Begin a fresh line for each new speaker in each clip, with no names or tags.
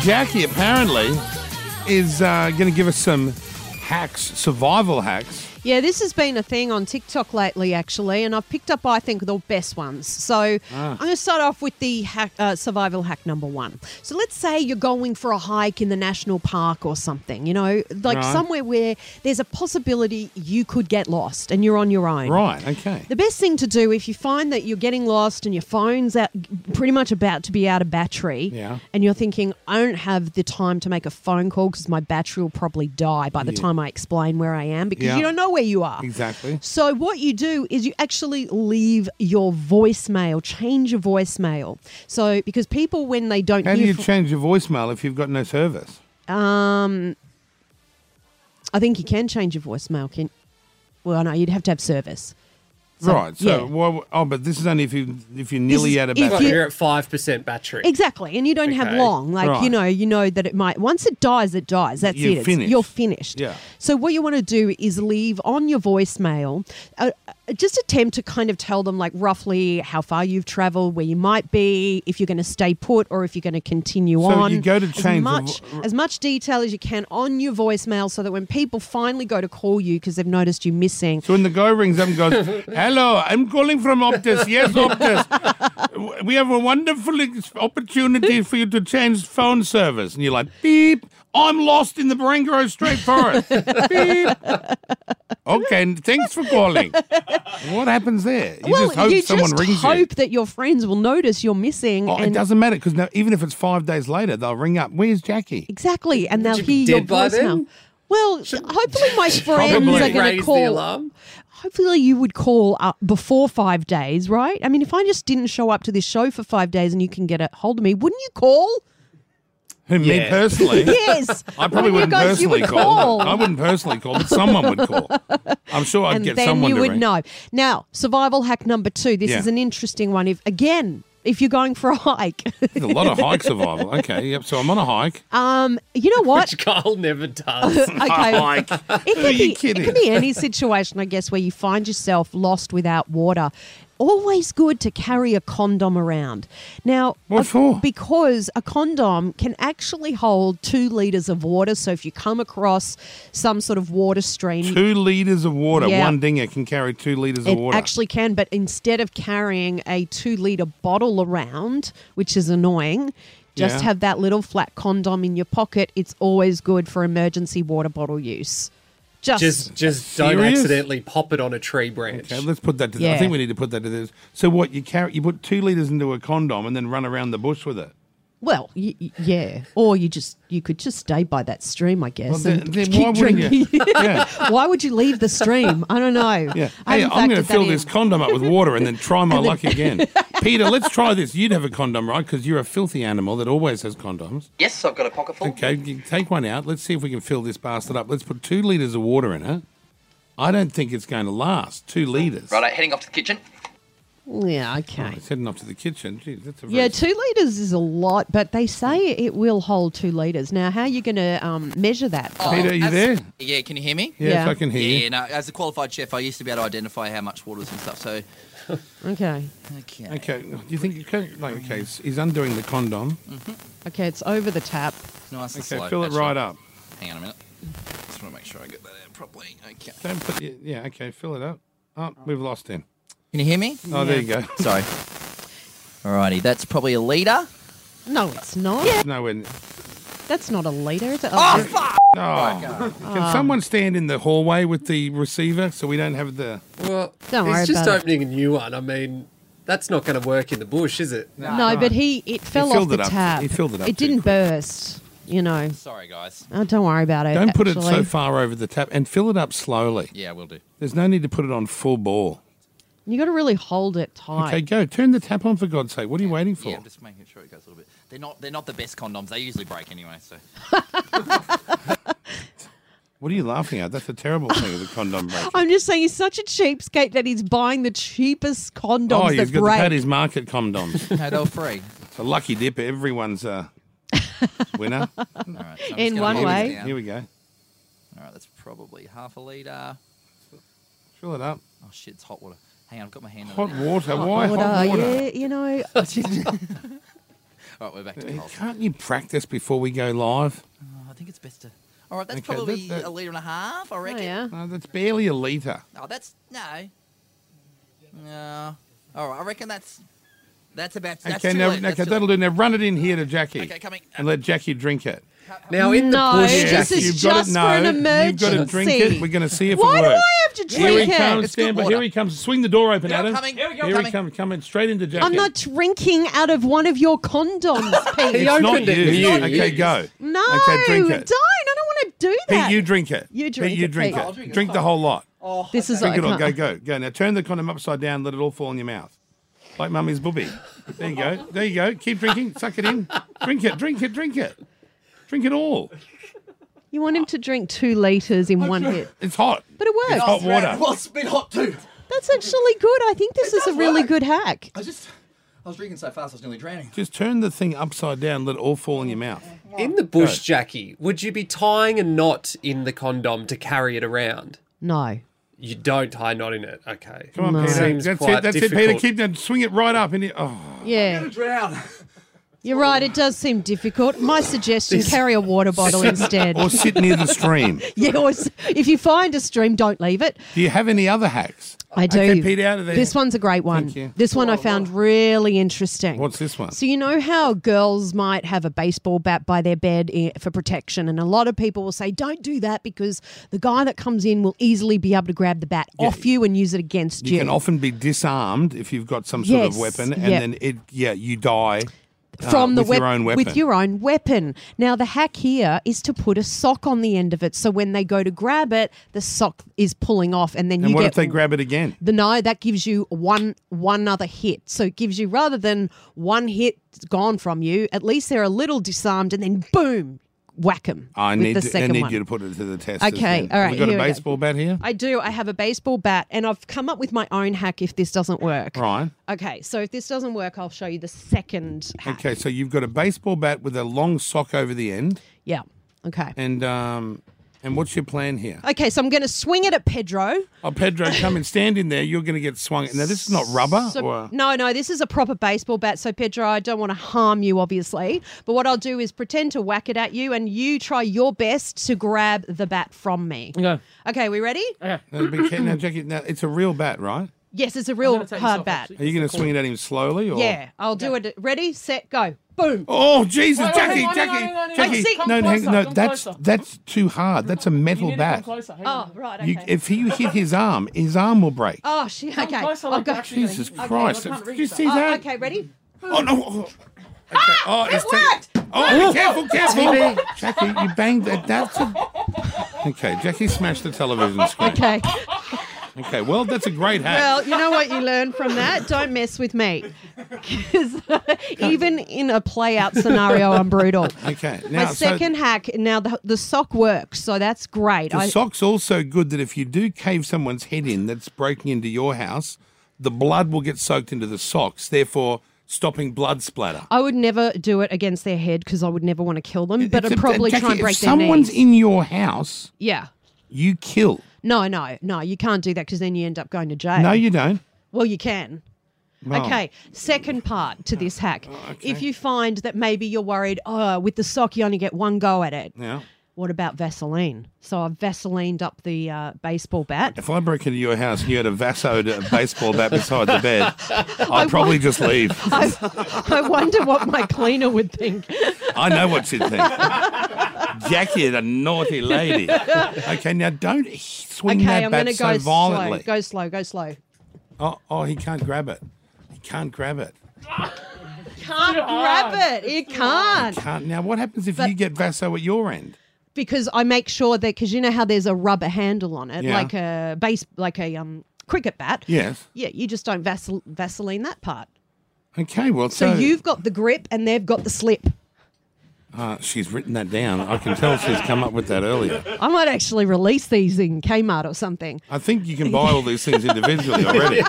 Jackie apparently is uh, going to give us some hacks, survival hacks.
Yeah, this has been a thing on TikTok lately, actually, and I've picked up, I think, the best ones. So I'm going to start off with the hack, uh, survival hack number one. So let's say you're going for a hike in the national park or something, you know, like
Right.
somewhere where there's a possibility you could get lost and you're on your own.
Right. Okay.
The best thing to do if you find that you're getting lost and your phone's out, pretty much about to be out of battery,
Yeah.
and you're thinking, I don't have the time to make a phone call because my battery will probably die by the time I explain where I am because
Yeah.
you don't know where you are.
Exactly.
So what you do is you actually leave your voicemail, change your voicemail. So because people when they don't
How do
hear
you
fr-
change your voicemail if you've got no service?
I think you can change your voicemail, can well no, you'd have to have service. So,
right. So,
yeah.
why- oh, but this is only if you if you're nearly
is-
out of
if
battery.
you-
You're at five percent battery.
Exactly, and you don't have
Okay.
long. Like
Right.
you know, you know that it might. Once it dies, it dies. That's
You're
it. It's-
finished.
You're finished.
Yeah.
So what you want to do is leave on your voicemail. Uh, uh, just attempt to kind of tell them like roughly how far you've travelled, where you might be, if you're going to stay put, or if you're going to continue
So
on.
you go to
as
change the
much
vo-
as much detail as you can on your voicemail, so that when people finally go to call you because they've noticed you missing,
So when the guy rings up and goes, "Hello, I'm calling from Optus. Yes, Optus. W- We have a wonderful ex- opportunity for you to change phone service." And you're like, "Beep! I'm lost in the Barangaroo Street Forest." Beep. Okay, and thanks for calling. What happens there? You
well,
just hope
you
someone
just
rings
hope
you.
that your friends will notice you're missing.
Oh,
and
it doesn't matter because now, even if it's five days later, they'll ring up. Where's Jackie?
Exactly, and they'll
you be
hear your
dead by
voice now.
then?
Well, hopefully my friends
probably
are going
raise
to
the
call.
alarm.
Hopefully you would call up before five days, right? I mean, if I just didn't show up to this show for five days and you can get a hold of me, wouldn't you call?
Who me
Yeah.
personally?
Yes,
I probably wouldn't
Wouldn't you guys- you
personally
would
call.
call.
I wouldn't personally call, but someone would call. I'm sure I'd
and
get
then
someone
you
to
would
ring.
know. Now, survival hack number two. This
Yeah.
is an interesting one. If again, if you're going for a hike,
There's a lot of hike survival. Okay, yep. So I'm on a hike.
um, you know what?
Which Kyle never does.
okay.
hike.
It
Are
could,
you
be, it
kidding?
could be any situation, I guess, where you find yourself lost without water. Always good to carry a condom around. Now,
What
a-
for?
Because a condom can actually hold two litres of water. So if you come across some sort of water stream,
Two liters of water.
Yeah.
One dinger can carry two liters
it
of water.
actually can. But instead of carrying a two litre bottle around, which is annoying, just
Yeah.
have that little flat condom in your pocket. It's always good for emergency water bottle use.
just just don't
Serious?
accidentally pop it on a tree branch.
Okay, let's put that. To I
Yeah.
think we need to put that to this. So what you carry? You put two liters into a condom and then run around the bush with it.
Well, y- y- yeah. Or you just you could just stay by that stream, I guess.
Well, then,
and
then
keep
why wouldn't you?
drinking.
Yeah.
why would you leave the stream? I don't know.
Yeah.
I
Hey,
haven't
I'm going to
factored that
fill
in.
this condom up with water and then try my luck again. Peter, let's try this. You'd have a condom, right? Because you're a filthy animal that always has condoms.
Yes, I've got a pocket full.
Okay, you take one out. Let's see if we can fill this bastard up. Let's put two liters of water in it. I don't think it's going to last. Two liters.
Right, heading off to the kitchen.
Yeah. Okay.
Oh, It's heading off to the kitchen. Gee, that's a very
Yeah, two liters is a lot, but they say it will hold two liters. Now, how are you going to um, measure that?
Peter, are you
As-
there?
Yeah, can you hear me?
Yes,
Yeah.
I can hear
Yeah,
you.
yeah, no, as a qualified chef, I used to be able to identify how much water's and stuff, so.
Okay,
Okay.
Okay, do you think you can? Like, okay, s- he's undoing the condom.
okay, it's over the tap.
It's nice and
Okay,
slow.
fill it
actually.
right up.
Hang on a minute. Just want to make sure I get that out properly. Okay.
Don't put. y- Yeah, okay, fill it up. Oh, we've lost him.
Can you hear me?
Oh, there you go.
Sorry. Alrighty, that's probably a liter.
No, it's not.
No, when.
That's not a liter, is it?
Oh, fuck!
Oh, can someone stand in the hallway with the receiver so we don't have the?
Well,
Don't worry
he's just
about it.
opening a new one. I mean, that's not going to work in the bush, is it?
no, but he it fell off
filled
the
it up.
tap.
He filled it up
It
too
didn't
quick.
burst. You know.
Sorry, guys.
Oh, don't worry about it.
Don't put it so
actually.
far over the tap and fill it up slowly.
Yeah, we'll do.
There's no need to put it on full bore.
You got to really hold it tight.
Okay, go. Turn the tap on for God's sake. What are you waiting for?
Yeah, I'm just making sure it goes a little bit. They're not. They're not the best condoms. They usually break anyway. So.
What are you laughing at? That's a terrible thing of the condom break.
I'm just saying he's such a cheapskate that he's buying the cheapest condoms
Oh,
that
you've got the
break.
Paddy's Market condoms.
No, they were free.
It's a lucky dip. Everyone's a winner.
All right. so I'm just
In
gonna
one
move it
way.
down.
Here we go.
All right, that's probably half a liter.
Fill it up.
Oh shit, it's hot water. Hang on, I've got my hand
Hot
on it.
water. Why hot water?
Yeah, you know.
now. All right, we're back to
Hey,
Coles.
Can't you practice before we go live?
Oh, I think it's best to. All right, that's
Okay, that-
probably
that-
a litre and a half, I
Oh,
reckon.
yeah.
No, that's barely a litre.
Oh, that's no. No. All right, I reckon that's that's about. That's
okay,
too
now,
late, that's
okay,
too
that'll
late.
do. Now run it in here to Jackie.
Okay, coming.
And let Jackie drink it.
Now in the
No,
bush,
This
Jackie,
just- is
you've got
for an
You've got to drink
emergency.
it. We're going to see if
Why
it
do I
works.
have to
Here
drink
he comes,
it?
It's good
stand by.
water.
Here he comes. Swing the door open,
Here we go,
Adam.
coming. Here we go,
Here he
coming.
comes, coming straight into Jackie.
I'm not drinking out of one of your condoms, Pete.
He
It's not
opened it
you.
for you.
Okay,
You.
go.
No,
Okay, drink it.
don't. I don't want to do that.
Pete, you drink it.
You drink
Pete, you
it,
drink
Pete.
it.
I'll
drink the whole lot.
Oh,
this is
Drink it
like
all. Go, go, go. Now turn the condom upside down. Let it all fall in your mouth, like mummy's booby. There you go. There you go. Keep drinking. Suck it in. Drink it. Drink it. Drink it. Drink it all.
You want him to drink two liters in one hit,
It's hot.
but it
It's hot
works.
water.
Well, it's been hot too.
That's actually good. I think this is a
does
really
work.
good hack.
I just, I was drinking so fast, I was nearly drowning.
Just turn the thing upside down. Let it all fall in your mouth.
in the bush, Jackie, would you be tying a knot in the condom to carry it around?
No.
You don't tie a knot in it. Okay.
Come on,
No.
Peter.
Seems
That's
quite
it. That's it, Peter.
difficult.
Keep that. Swing it right up. In your, oh,
Yeah,
Drown.
you're right. It does seem difficult. My suggestion: carry a water bottle instead.
or sit near the stream.
Yeah, or s- if you find a stream, don't leave it.
Do you have any other hacks?
I do.
Okay, Peter, out of there.
This one's a great one.
Thank you.
This one I found really interesting.
What's this one?
So you know how girls might have a baseball bat by their bed i- for protection, and a lot of people will say, "Don't do that because the guy that comes in will easily be able to grab the bat off you and use it against
You
you."
can often be disarmed if you've got some sort of
Yes,
weapon, and
yeah.
then it yeah you die uh,
from the
with your
wep-
own weapon.
with your own weapon. Now the hack here is to put a sock on the end of it, so when they go to grab it, the sock is pulling off, and then
and
you
what
get
if they grab it again?
the no that gives you one one other hit so it gives you rather than one hit gone from you at least they're a little disarmed and then boom whack 'em
I
with
need
the
to- I
second
need
one.
you to put it to the test.
Okay,
Suzanne.
all
Have
right,
We got
here
a
we go.
baseball bat here.
i do i have a baseball bat and i've come up with my own hack if this doesn't work
Right.
okay so if this doesn't work i'll show you the second hack
Okay, so you've got a baseball bat with a long sock over the end,
yeah okay
and um, and what's your plan here?
okay so i'm going to swing it at pedro
Oh, Pedro, come and stand in there. You're going to get swung. Now this is not rubber.
So-
or,
no, no, this is a proper baseball bat. So, Pedro, I don't want to harm you, obviously. But what I'll do is pretend to whack it at you, and you try your best to grab the bat from me.
Okay.
Okay, we ready?
no, but can- now, Jackie, now it's a real bat, right?
Yes, it's a real hard bat.
Are you going to swing it at him slowly? Or?
Yeah, I'll do it. Ready, set, go. Boom.
Oh Jesus,
Wait, wait,
Jackie,
hang on, hang on,
Jackie,
hang on, hang on.
Jackie!
Come
no,
closer,
hang- no,
come
that's
closer.
that's too hard. That's a metal
You need to
bat.
come closer. Hang
Oh,
on.
right,
You,
okay.
if he hit his arm, his arm will break.
oh, shit.
Come
Okay.
closer,
I'll
like,
go.
you're actually
Jesus
gonna- Okay,
Christ!
I can't
Did
reach
you
that. Ah,
see
Oh,
that?
okay, ready?
Oh no! Oh, okay. oh, it's ta- Oh, careful, careful! Jackie, you banged that. That's a. Okay, Jackie smashed the television screen. Okay,
Okay.
well, that's a great hack.
Well, you know what you learn from that? Don't mess with me. 'Cause even in a play out scenario, I'm brutal.
okay,
My
now
second hack. Now the, the sock works, so that's great.
so the
I,
sock's also good that if you do cave someone's head in that's breaking into your house, the blood will get soaked into the socks, therefore stopping blood splatter.
I would never do it against their head because I would never want to kill them, but
It's
I'd
a-
probably
Jackie,
try and break
if
their
someone's
knees.
in your house,
yeah.
you kill.
No, no, no. You can't do that because then you end up going to jail.
No, you don't.
well, you can.
Well,
Okay, second part to
Oh,
this hack. If you find that maybe you're worried, oh, with the sock you only get one go at it.
Now,
What about Vaseline? So I've Vaselined up the uh, baseball bat.
if I broke into your house and you had a Vaso baseball bat beside the bed, I'd probably just leave.
I, I wonder what my cleaner would think.
I know what she'd think. Jackie, the naughty lady. Okay, now don't swing
Okay,
that
I'm
bat
going to
so
go slow.
violently.
Go slow. Go slow.
Oh, oh, he can't grab it. He can't grab it.
can't grab it. It can't
Can't. Now, what happens if
But-
you get Vaso at your end?
because I make sure that because you know how there's a rubber handle on it,
Yeah.
like a base, like a um cricket bat.
Yes.
Yeah, you just don't vasel- vaseline that part.
Okay, well,
So,
so,
you've got the grip and they've got the slip.
Uh, she's written that down. I can tell she's come up with that earlier.
I might actually release these in Kmart or something.
I think you can buy all these things individually already.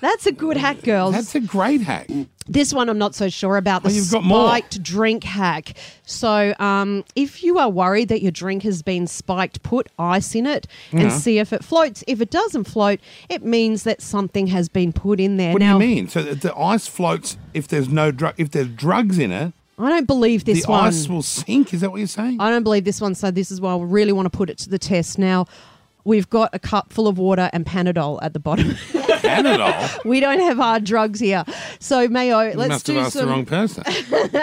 That's a good hack, girls.
That's a great hack.
This one I'm not so sure about. The
Oh, you've got more.
spiked drink hack. So um, if you are worried that your drink has been spiked, put ice in it and see if it floats. If it doesn't float, it means that something has been put in there.
What
now,
do you mean? So the, the ice floats if there's no drug. If there's drugs in it,
I don't believe this
the
one.
ice will sink. Is that what you're saying?
I don't believe this one, so this is why we really want to put it to the test. Now, we've got a cup full of water and Panadol at the bottom.
Panadol.
we don't have hard drugs here. So, Mayo,
You
let's
must have
do
asked the wrong
some.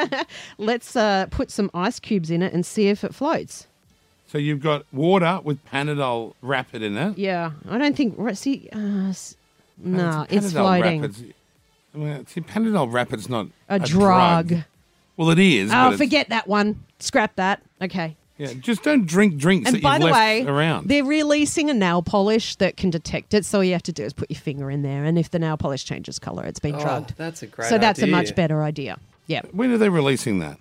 person.
Let's uh, put some ice cubes in it and see if it floats.
so you've got water with Panadol rapid in it.
Yeah, I don't think. right, See, uh, s- no, it's
Panadol
floating.
Rapid's, I mean, see, Panadol Rapid's not
A drug.
Well, it is. but
Oh,
it's-
forget that one. Scrap that. Okay.
Yeah, just don't drink drinks
And
that
by
you've
the
left
way,
around.
they're releasing a nail polish that can detect it. So all you have to do is put your finger in there, and if the nail polish changes color, it's been
Oh,
drugged.
that's a great
So that's a
idea.
much better idea. Yeah.
When are they releasing that?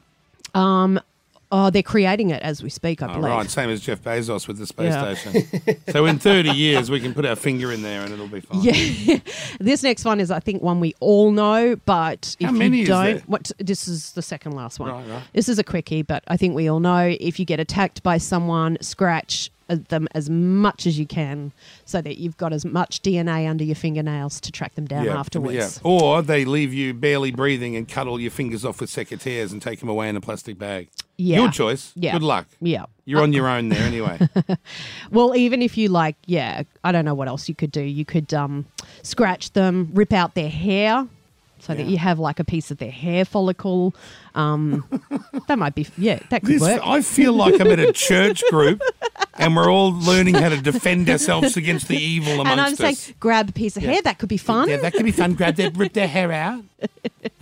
Oh, they're creating it as we speak, I
Oh,
believe.
right, same as Jeff Bezos with the space
Yeah.
station. so in 30 years, we can put our finger in there and it'll be fine.
Yeah. this next one is, I think, one we all know, but if
How many
you
is
don't,
there?
what this is the second last one.
Right, right.
This is a quickie, but I think we all know if you get attacked by someone, scratch at them as much as you can so that you've got as much DNA under your fingernails to track them down afterwards.
Or they leave you barely breathing and cut all your fingers off with secateurs and take them away in a plastic bag.
Yeah.
Your choice.
Yeah.
Good luck.
Yeah.
You're on your own there anyway.
Well, even if you like, yeah, I don't know what else you could do. You could um, scratch them, rip out their hair, so that
Yeah.
you have like a piece of their hair follicle. Um, that might be, yeah, that could
This,
work.
I feel like I'm at a church group and we're all learning how to defend ourselves against the evil amongst
And I'm
us.
saying, grab a piece of hair. That could be fun.
Yeah, that could be fun. Grab their, rip their hair out.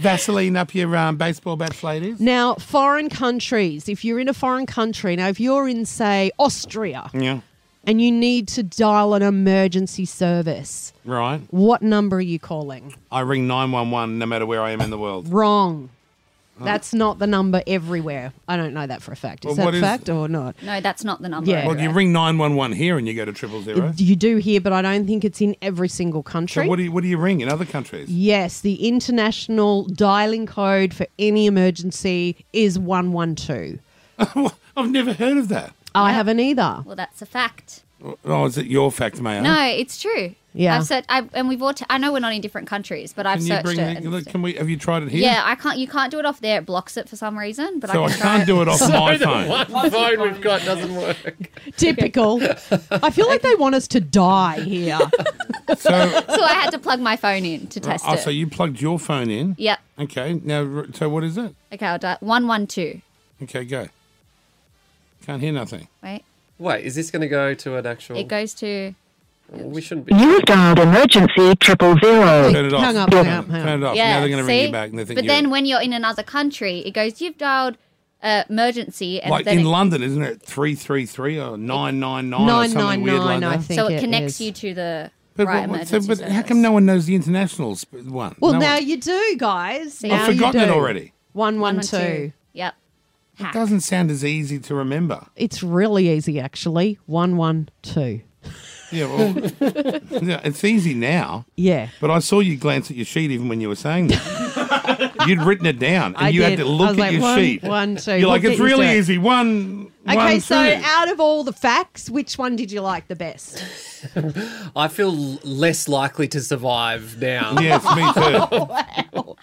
Vaseline up your um, baseball bats, ladies.
now, foreign countries. If you're in a foreign country, now if you're in, say, Austria,
Yeah.
and you need to dial an emergency service,
Right.
what number are you calling?
I ring 911 no matter where I am in the world.
Wrong. That's not the number everywhere. I don't know that for a fact. Is
Well,
that
what
a
is-
fact or not?
No, that's not the number.
Yeah.
Well, you
everywhere.
ring 911 here and you go to triple zero.
You do here, but I don't think it's in every single country.
So what do you, what do you ring in other countries?
yes, the international dialing code for any emergency is 112.
I've never heard of that.
I haven't either.
Well, that's a fact.
Oh, is it your fact, Mayo?
No, it's true.
Yeah.
I've searched, I've, and we've all. T- I know we're not in different countries, but I've
Can you
searched
bring
it.
that?
and
look, Can we? Have you tried it here?
yeah, I can't. You can't do it off there. It blocks it for some reason. But
So
I
I
can try
can't do it off my
the
phone.
one phone we've got doesn't work.
Typical. I feel like they want us to die here.
So,
So I had to plug my phone in to test
oh,
it.
so you plugged your phone in?
Yep.
Okay. Now, r- so what is it?
Okay, I'll do one one two.
Okay, go. Can't hear nothing.
Wait,
Wait, is this going to go to an actual?
it goes to.
we shouldn't be.
You've dialed emergency triple zero.
Turn it off.
hang up,
Turn,
hang up, hang up.
it off.
Yeah,
Oh, now they're going to
see?
ring you back. And they think
but
you're-
then when you're in another country, it goes. You've dialed uh, emergency, and
like
then
in
it,
London, isn't it three three three or nine nine nine or something weird
999,
like
I
that?
think.
so it
it
connects
is.
you to the
But,
right
what- what- so-
emergency.
but how
service.
come no one knows the the internationals but one?
Well,
No
now
one-
you do, guys.
I've
Now you
forgotten it
do.
already.
112.
112. Yep.
it
Hack.
doesn't sound as easy to remember.
It's really easy, actually. 112.
Yeah, well, yeah, it's easy now.
Yeah.
But I saw you glance at your sheet even when you were saying that. You'd written it down, and
I
you had
did.
to
I
look
was
at
like,
your
one-
sheet.
one, two.
You're like,
We'll
it's
get used
really
to it."
easy. One.
Okay,
one,
so
two.
out of all the facts, which one did you like the best?
I feel l- less likely to survive now.
Yes, me too.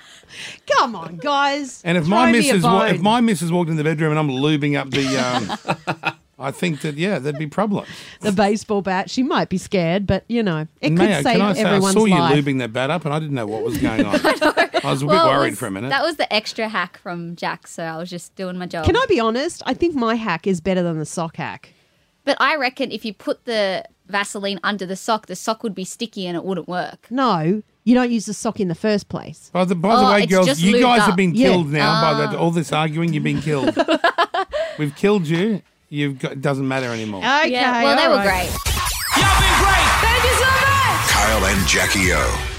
Come on, guys.
And if
Throw
my
me a
missus, wa- if
bone.
my missus walked in the bedroom and I'm lubing up the, um, I think that yeah, there'd be problems.
the baseball bat, she might be scared, but you know, it could
Mayo,
save
can I say I
everyone's
saw you
life.
lubing that bat up, and I didn't know what was going on. I, was a bit
Well, it
worried
was-
for a minute.
That was the extra hack from Jack, so I was just doing my job.
Can I be honest? I think my hack is better than the sock hack.
But I reckon if you put the Vaseline under the sock, the sock would be sticky and it wouldn't work.
No, you don't use the sock in the first place.
by the, by the
Oh,
way,
it's
girls,
just
you
lubed
guys have
up.
been
Yeah.
killed now by that, all this arguing. You've been killed. We've killed you. You've got, it doesn't matter
Oh,
anymore.
Okay.
yeah, well, they
all
were
right.
great.
Kyle and Jackie O.